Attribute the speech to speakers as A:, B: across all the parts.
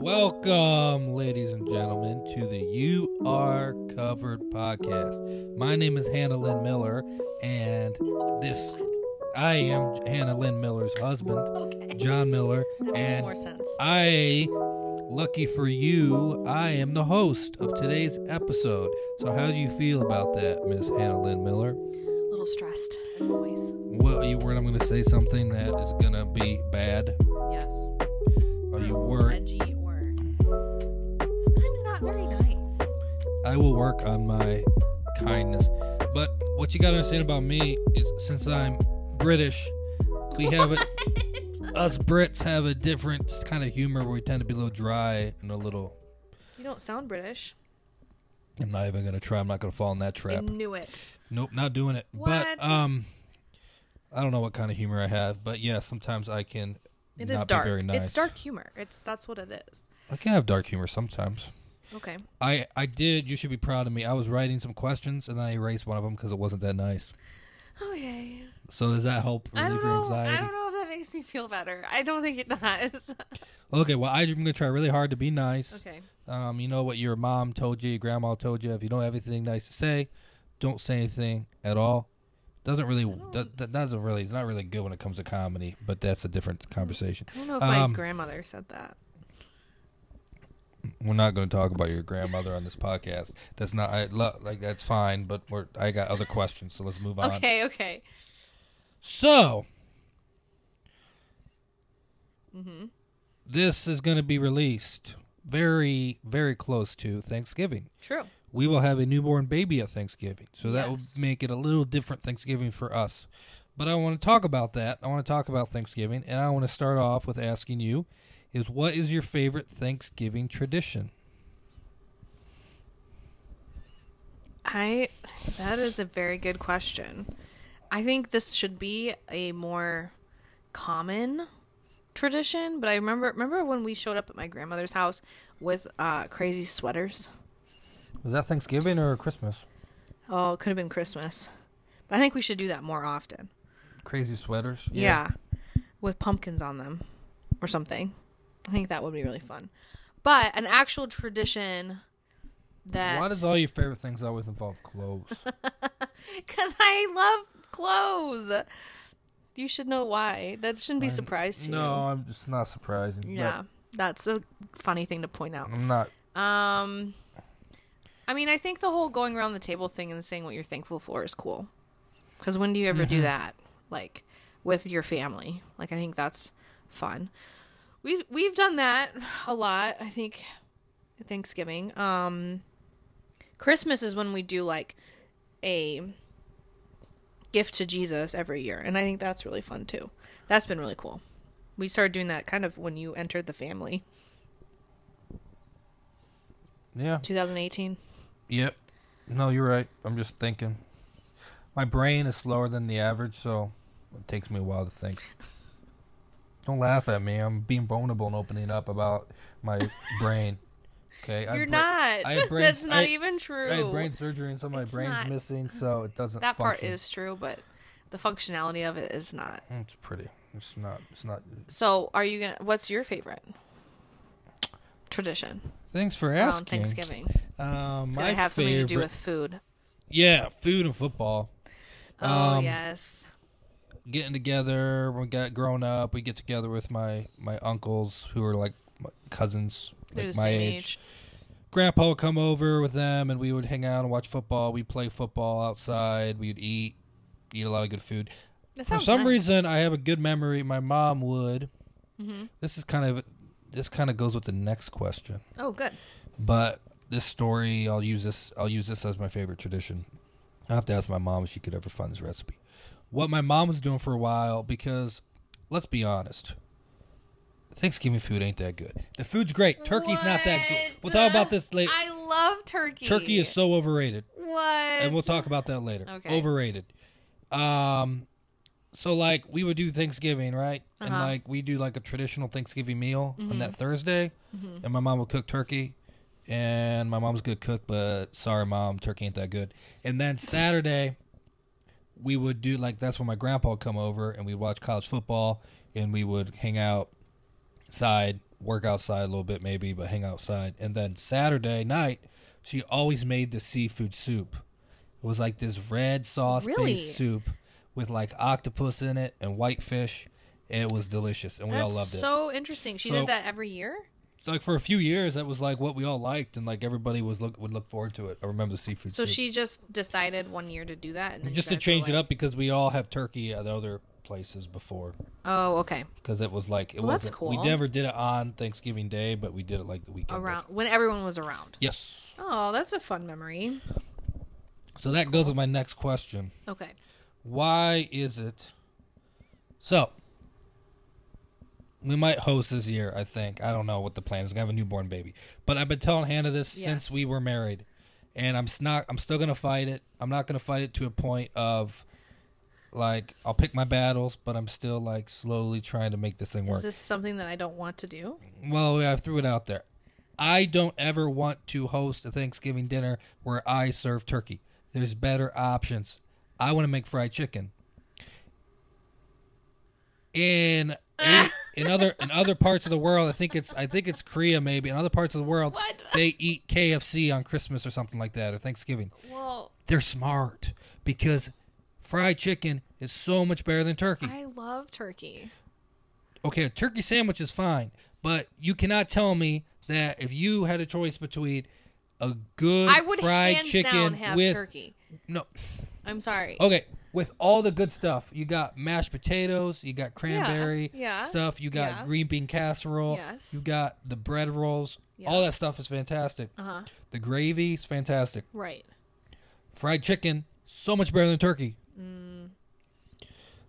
A: Welcome, ladies and gentlemen, to the You Are Covered podcast. My name is Hannah Lynn Miller, and this I am Hannah Lynn Miller's husband,
B: Okay.
A: John Miller,
B: That makes
A: and
B: more sense.
A: I, lucky for you, I am the host of today's episode. So, how do you feel about that, Miss Hannah Lynn Miller?
B: A little stressed, as always.
A: Well, are you worried I'm going to say something that is going to be bad?
B: Yes.
A: Are you
B: Or
A: worried?
B: Edgy or sometimes not very nice.
A: I will work on my kindness. But what you gotta understand about me is since I'm British, we have it. Us Brits have a different kind of humor where we tend to be a little dry and a little.
B: You don't sound British.
A: I'm not even gonna try. I'm not gonna fall in that trap.
B: I knew it.
A: Nope, not doing it.
B: What?
A: But um, I don't know what kind of humor I have, but yeah, sometimes I can.
B: It
A: not
B: is
A: be
B: dark.
A: Very nice.
B: It's dark humor. It's that's what it is.
A: I can have dark humor sometimes.
B: Okay.
A: I I did. You should be proud of me. I was writing some questions and I erased one of them because it wasn't that nice.
B: Okay.
A: So does that help
B: I
A: relieve
B: don't
A: your
B: know.
A: anxiety?
B: I don't know if that makes me feel better. I don't think it does.
A: Okay, well, I'm gonna try really hard to be nice.
B: okay.
A: Um, you know what your mom told you, your grandma told you. If you don't have anything nice to say, don't say anything at all. Doesn't really, that, that doesn't really, it's not really good when it comes to comedy. But that's a different conversation.
B: I don't know if
A: Um,
B: my grandmother said that.
A: We're not going to talk about your grandmother on this podcast. That's not, I lo- like, that's fine. But we're, I got other questions, so let's move on.
B: Okay. Okay.
A: So,
B: Mm-hmm.
A: this is going to be released very, very close to Thanksgiving.
B: True.
A: we will have a newborn baby at Thanksgiving. So that
B: Yes.
A: will make it a little different Thanksgiving for us. But I want to talk about that. I want to talk about Thanksgiving and I want to start off with asking you is what is your favorite Thanksgiving tradition?
B: I that is a very good question. I think this should be a more common tradition, but I remember remember when we showed up at my grandmother's house with uh crazy sweaters.
A: Was that Thanksgiving or Christmas?
B: Oh, it could have been Christmas. But I think we should do that more often.
A: Crazy sweaters.
B: Yeah. With pumpkins on them or something. I think that would be really fun. But an actual tradition that
A: Why does all your favorite things always involve clothes?
B: Because I love clothes. You should know why. That shouldn't be a surprise to
A: no, I'm just not surprising. but
B: you. Yeah, that's a funny thing to point out.
A: I'm not.
B: Um, I mean, I think the whole going around the table thing and saying what you're thankful for is cool. Because when do you ever do that? Like with your family. Like I think that's fun. We've we've done that a lot. I think Thanksgiving. Um, Christmas is when we do like a gift to Jesus every year, and I think that's really fun too. That's been really cool. We started doing that kind of when you entered the family,
A: Yeah.
B: 2018.
A: Yep. No, you're right. I'm just thinking. My brain is slower than the average, so it takes me a while to think. Don't laugh at me. I'm being vulnerable and opening up about my brain. Okay, I
B: You're
A: bra-
B: not.
A: I have brain-
B: That's not
A: I-
B: even true.
A: I had brain surgery, and some of my
B: It's
A: brain's
B: not-
A: missing, so it doesn't.
B: that part
A: function.
B: is true, but the functionality of it is not.
A: It's pretty. It's not. It's not.
B: So, are you gonna? What's your favorite tradition
A: Thanks for
B: around
A: asking.
B: Thanksgiving?
A: Um,
B: It's
A: my
B: gonna have something
A: favorite.
B: to do with food.
A: yeah, food and football.
B: Oh
A: Um,
B: yes.
A: getting together when we got grown up we get together with my my uncles who are like my cousins
B: They're
A: like
B: the
A: my
B: same
A: age.
B: age.
A: grandpa would come over with them and we would hang out and watch football we'd play football outside we'd eat eat a lot of good food
B: That
A: for
B: sounds
A: some
B: nice.
A: reason i have a good memory my mom would
B: Mm-hmm.
A: this is kind of this kind of goes with the next question
B: Oh, good.
A: but this story i'll use this i'll use this as my favorite tradition i have to ask my mom if she could ever find this recipe what my mom was doing for a while because let's be honest thanksgiving food ain't that good the food's great turkey's not that good we'll talk about this later
B: I love turkey.
A: turkey is so overrated
B: what?
A: and we'll talk about that later
B: Okay.
A: overrated um so like we would do thanksgiving right and
B: Uh-huh. Mm-hmm.
A: like we do like a traditional thanksgiving meal on that thursday and my mom would cook turkey and my mom's a good cook but sorry mom turkey ain't that good and then saturday we would do like that's when my grandpa would come over and we'd watch college football and we would hang out outside work outside a little bit maybe, but hang outside. And then Saturday night, she always made the seafood soup. It was like this red sauce based
B: Really?
A: soup with like octopus in it and whitefish. It was delicious, and we all loved
B: That's
A: it.
B: so interesting. She
A: So-
B: did that every year.
A: like for a few years, that was like what we all liked, and like everybody was look would look forward to it. I remember the seafood.
B: So
A: soup.
B: she just decided one year to do that, and then you
A: just to
B: guys were
A: change it
B: like-
A: up because we all have turkey at other places before
B: Oh, okay.
A: because it was like it
B: Well, that's
A: was we
B: cool.
A: never did it on Thanksgiving Day, but we did it like the weekend. of.
B: Around when everyone was around.
A: Yes.
B: Oh, that's a fun memory.
A: So that goes with my next question.
B: Okay.
A: Why is it? So we might host this year. I think I don't know what the plan is. We have a newborn baby, but I've been telling Hannah this since
B: Yes.
A: we were married, and I'm s- not. I'm still gonna fight it. I'm not gonna fight it to a point of like I'll pick my battles, but I'm still like slowly trying to make this thing work.
B: Is this something that I don't want to do?
A: Well, yeah, I threw it out there. I don't ever want to host a Thanksgiving dinner where I serve turkey. There's better options. I want to make fried chicken. In in other in other parts of the world, I think it's I think it's Korea maybe. In other parts of the world,
B: What?
A: they eat KFC on Christmas or something like that or Thanksgiving
B: Well,
A: they're smart because fried chicken is so much better than turkey.
B: I love turkey.
A: Okay, a turkey sandwich is fine, but you cannot tell me that if you had a choice between a good
B: I would
A: fried
B: hands
A: chicken
B: down have
A: with Oh.
B: turkey.
A: no
B: I'm sorry.
A: okay with all the good stuff you got mashed potatoes you got cranberry
B: yeah,
A: stuff you got
B: yeah.
A: green bean casserole
B: Yes.
A: you got the bread rolls
B: Yeah.
A: all that stuff is fantastic
B: Uh huh.
A: the gravy is fantastic
B: Right.
A: fried chicken so much better than turkey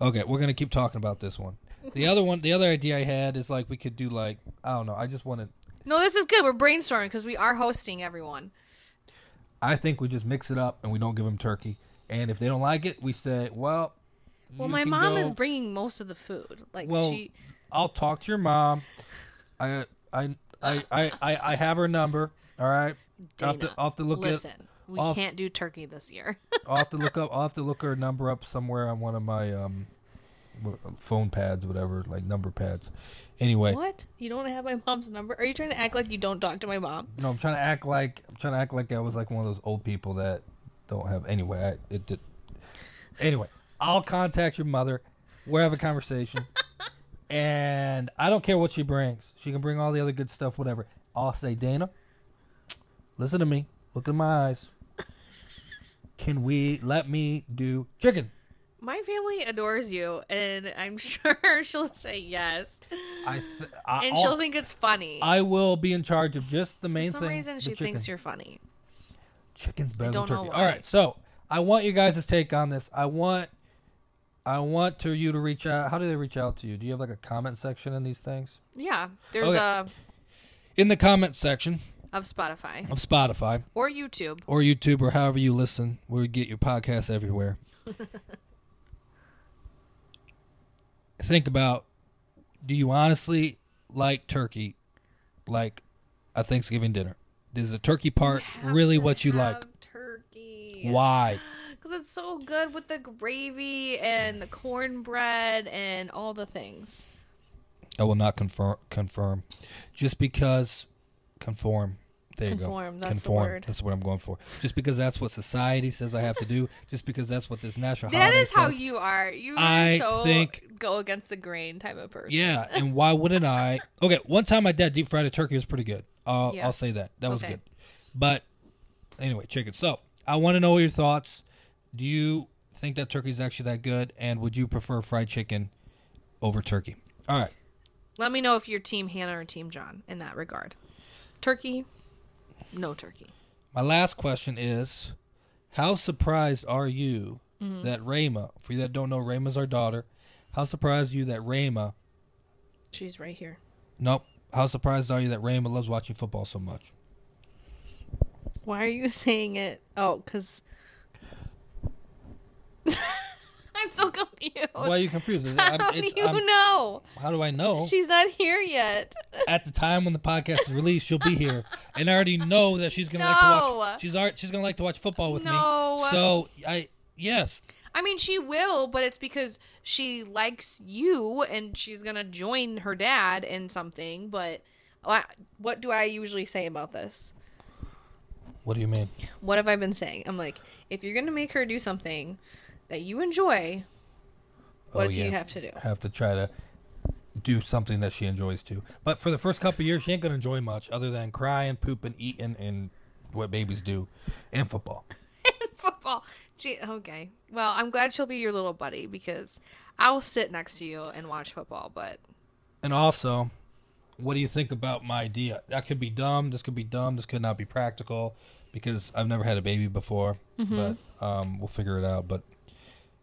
A: okay we're gonna keep talking about this one the other one the other idea i had is like we could do like i don't know i just wanted
B: No, this is good. We're brainstorming because we are hosting everyone.
A: i think we just mix it up and we don't give them turkey and if they don't like it we say well
B: Well,
A: you
B: my
A: can
B: mom is
A: go-
B: bringing most of the food. Like
A: well
B: she.
A: i'll talk to your mom i i i i, I, I have her number all right I'll have, to,
B: Dana,
A: I'll have to look
B: Listen,
A: at,
B: we
A: off-
B: can't do turkey this year.
A: I'll have to look up. I'll have to look her number up somewhere on one of my um, wh- phone pads, whatever, like number pads. Anyway,
B: what? You don't have my mom's number? Are you trying to act like you don't talk to my mom?
A: No, I'm trying to act like I'm trying to act like I was like one of those old people that don't have anyway. I, it did. Anyway, I'll contact your mother. We'll have a conversation, and I don't care what she brings. She can bring all the other good stuff, whatever. I'll say, Dana, listen to me. Look in my eyes. Can we let me do chicken?
B: My family adores you, and I'm sure she'll say yes,
A: I th- I,
B: and
A: I'll-
B: she'll think it's funny.
A: I will be in charge of just the main
B: For some
A: thing.
B: reason,
A: the
B: she
A: chicken.
B: thinks you're funny.
A: Chicken's better
B: don't
A: than
B: know
A: turkey.
B: why.
A: All right, so I want you guys' take on this. I want, I want to you to reach out. How do they reach out to you? Do you have like a comment section in these things?
B: Yeah, there's
A: Okay.
B: a
A: In the comment section
B: of Spotify
A: of Spotify
B: or YouTube.
A: or YouTube or however you listen, we get your podcast everywhere. Think about: Do you honestly like turkey, like a Thanksgiving dinner? Is the turkey part really what you like?
B: Turkey.
A: Why?
B: Because it's so good with the gravy and the cornbread and all the things.
A: I will not confirm. Confirm, just because conform. There you
B: Conform,
A: go.
B: that's the word.
A: That's what I'm going for. Just because that's what society says I have to do. just because that's what this national
B: That
A: holiday
B: is how
A: says.
B: you are. You
A: I
B: are so
A: think-
B: go against the grain type of person.
A: Yeah, and why wouldn't I? Okay, one time my dad deep fried a turkey was pretty good. I'll,
B: Yeah.
A: I'll say that that was
B: Okay.
A: good. But anyway, chicken. So I want to know your thoughts. Do you think that turkey is actually that good? And would you prefer fried chicken over turkey? All right.
B: Let me know if you're Team Hannah or Team John in that regard. Turkey, no turkey.
A: My last question is How surprised are you
B: Mm-hmm.
A: that Rayma, for you that don't know, Rayma's our daughter, how surprised are you that Rayma,
B: She's right here.
A: nope, how surprised are you that Rayma loves watching football so much?
B: Why are you saying it? Oh, because. I'm so confused.
A: Why are you confused? Is it-
B: How
A: I'm-
B: do
A: it's-
B: you
A: I'm-
B: know?
A: how do I know?
B: She's not here yet.
A: At the time when the podcast is released, she'll be here, and I already know that she's gonna like to
B: No.
A: watch. She's alre- she's gonna like to watch football with
B: No.
A: me. So I yes,
B: I mean, she will, but it's because she likes you and she's going to join her dad in something, but Wha- What do I usually say about this?
A: What do you mean?
B: What have I been saying? I'm like, if you're going to make her do something that you enjoy, what
A: Oh,
B: do
A: yeah.
B: you have to do?
A: Have to try to do something that she enjoys too. But for the first couple years, she ain't gonna enjoy much other than crying, pooping, eating, and what babies do, and football.
B: Football. Gee, okay. Well, I'm glad she'll be your little buddy because I'll sit next to you and watch football, but
A: And also, what do you think about my idea? That could be dumb. This could be dumb. This could not be practical because I've never had a baby before.
B: Mm-hmm.
A: But um, we'll figure it out. But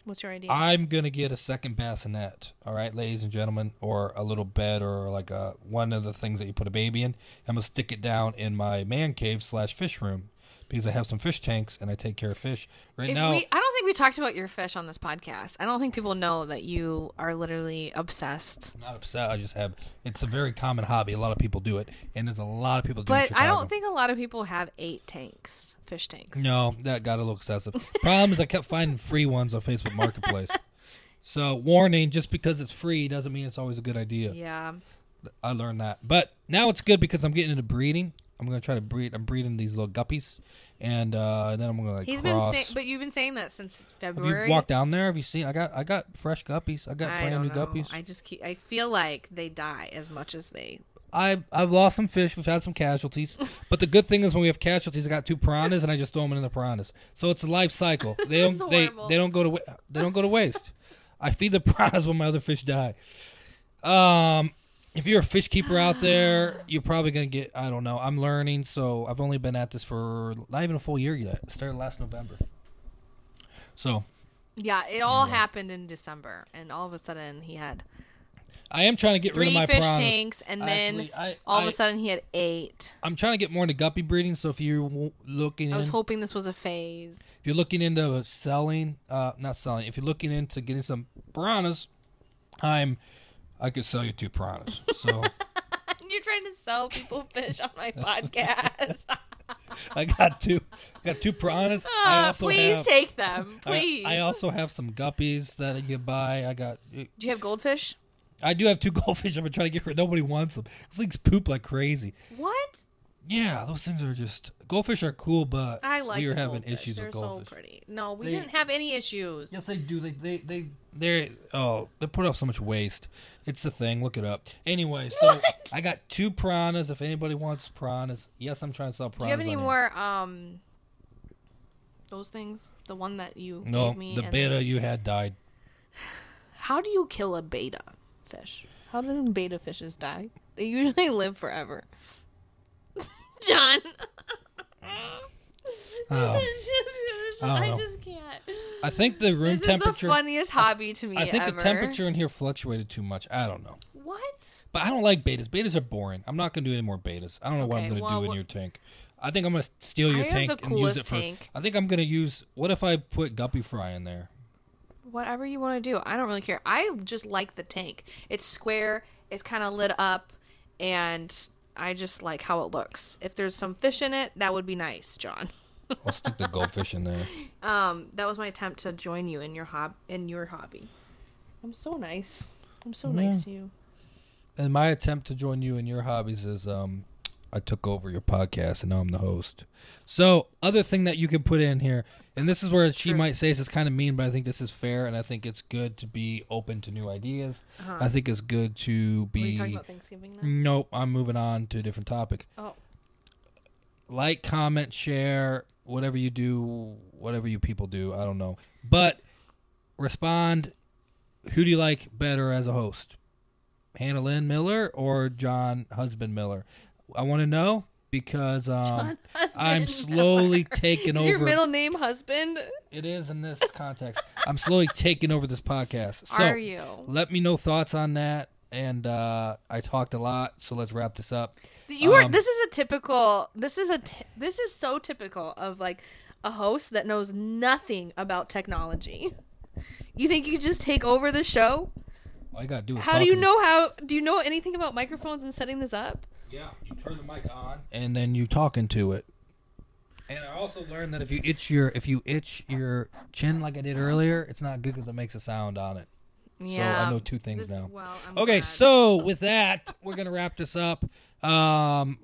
B: what's your idea?
A: I'm gonna get a second bassinet, all right, ladies and gentlemen, or a little bed, or like a one of the things that you put a baby in. I'm gonna stick it down in my man cave slash fish room because I have some fish tanks and I take care of fish. Right
B: If
A: now,
B: we, I don't think we talked about your fish on this podcast. I don't think people know that you are literally obsessed.
A: I'm not upset. I just have. It's a very common hobby. A lot of people do it, and there's a lot of people do it. in
B: But I
A: Chicago.
B: don't think a lot of people have eight tanks, fish tanks.
A: No, that got a little excessive. Problem is, I kept finding free ones on Facebook Marketplace. so, warning: just because it's free doesn't mean it's always a good idea.
B: Yeah.
A: I learned that. But now it's good because I'm getting into breeding. I'm gonna try to breed. I'm breeding these little guppies, and uh, then I'm gonna like
B: He's
A: cross.
B: been saying, but you've been saying that since
A: have you
B: February.
A: walked down there? Have you seen? I got I got fresh guppies. I got
B: I
A: brand
B: don't
A: new
B: know.
A: guppies.
B: I just keep. I feel like they die as much as they.
A: I've I've lost some fish. We've had some casualties, but the good thing is when we have casualties, I got two piranhas and I just throw them in the piranhas. So it's a life cycle. They
B: This
A: don't
B: is
A: they,
B: horrible.
A: they don't go to wa- they don't go to waste. I feed the piranhas when my other fish die. Um, if you're a fish keeper out there, you're probably gonna get I don't know. I'm learning, so I've only been at this for not even a full year yet. It started last November. So
B: Yeah, it all happened in December, and all of a sudden he had
A: I am trying to get rid
B: three
A: of my
B: fish
A: piranhas.
B: tanks, and then
A: Actually, I-
B: all of
A: I-
B: a sudden he had eight.
A: I'm trying to get more into guppy breeding. So if you're w- looking,
B: I was
A: in-
B: hoping this was a phase.
A: if you're looking into selling, uh, not selling, if you're looking into getting some piranhas, I'm, I could sell you two piranhas. So
B: You're trying to sell people fish on my podcast.
A: I got two, got two piranhas. I also
B: Ah, please
A: have,
B: take them,
A: I-
B: please.
A: I, also have some guppies that I can buy. I got,
B: Do you have goldfish?
A: I do have two goldfish. I've been trying to get rid. Nobody wants them. These things poop like crazy.
B: What?
A: Yeah, those things are just goldfish are cool, but
B: I like.
A: we were
B: the
A: having
B: goldfish.
A: issues
B: They're
A: with goldfish.
B: so pretty. No, we
A: They-
B: didn't have any issues.
A: Yes, they do. They they they they oh they put up so much waste. It's the thing. Look it up. Anyway, so
B: What?
A: I got two piranhas. If anybody wants piranhas, yes, I'm trying to sell
B: Do you have
A: piranhas.
B: any
A: on here.
B: more um those things? The one that you
A: No,
B: gave me.
A: the
B: and-
A: beta you had died.
B: How do you kill a beta fish? How do beta fishes die? They usually live forever. John.
A: Um,
B: This is just-
A: I
B: I
A: don't know.
B: just can't.
A: I think the room
B: This is the
A: temperature.
B: funniest hobby to me
A: I think
B: ever.
A: the temperature in here fluctuated too much. I don't know,
B: What?
A: but I don't like betas. Betas are boring. I'm not gonna do any more betas. I don't know what
B: Okay,
A: I'm gonna
B: well,
A: do in
B: what-
A: your tank. I think I'm gonna steal your
B: I have
A: tank
B: the
A: and use
B: coolest
A: it for.
B: tank.
A: I think I'm gonna use. What if I put guppy fry in there?
B: Whatever you want to do. I don't really care. I just like the tank. It's square, it's kind of lit up, and I just like how it looks. If there's some fish in it, that would be nice, John.
A: I'll stick the goldfish in there.
B: Um, that was my attempt to join you in your hob in your hobby. I'm so nice. I'm so nice to you.
A: And my attempt to join you in your hobbies is um I took over your podcast and now I'm the host. So other thing that you can put in here, and this is where she might say this is kind of mean, but I think this is fair, and I think it's good to be open to new ideas. I think it's good to
B: Uh-huh. Are you
A: be.
B: talking about Thanksgiving now?
A: Nope, I'm moving on to a different topic.
B: Oh,
A: Like, comment, share, whatever you do, whatever you people do, I don't know, but respond. Who do you like better as a host? Hannah Lynn Miller or John Husband Miller? I want to know because um,
B: husband.
A: I'm slowly taking
B: Is
A: over.
B: your middle name husband?
A: it is in this context. I'm slowly taking over this podcast. So
B: Are you?
A: let me know thoughts on that. And uh, I talked a lot, so let's wrap this up.
B: You are.
A: um,
B: this is a typical. This is a. T- this is so typical of like a host that knows nothing about technology. You think you just take over the show?
A: All you gotta do is
B: How
A: talk
B: do you
A: to-
B: know how? Do you know anything about microphones and setting this up?
A: Yeah, you turn the mic on, and then you talk into it. And I also learned that if you itch your if you itch your chin like I did earlier, it's not good because it makes a sound on it. So
B: Yeah.
A: I know two things
B: This-
A: now.
B: well, I'm
A: Okay,
B: glad.
A: so with that, we're gonna wrap this up. Um,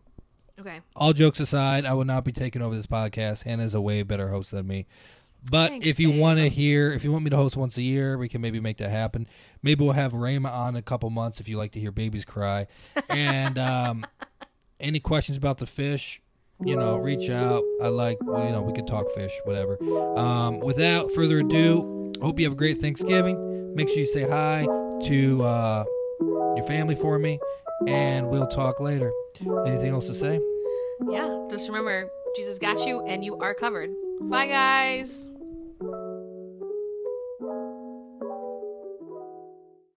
B: okay.
A: all jokes aside, I will not be taking over this podcast. Hannah's a way better host than me. But
B: Thanks,
A: if you
B: babe.
A: want to hear, if you want me to host once a year, we can maybe make that happen. Maybe we'll have Rayma on in a couple months if you like to hear babies cry. And um, any questions about the fish, you know, reach out. I like, well, you know, we could talk fish, whatever. Um, without further ado, hope you have a great Thanksgiving. Make sure you say hi to uh, your family for me, and we'll talk later. Anything else to say?
B: Yeah. Just remember, Jesus got you and you are covered. Bye, guys.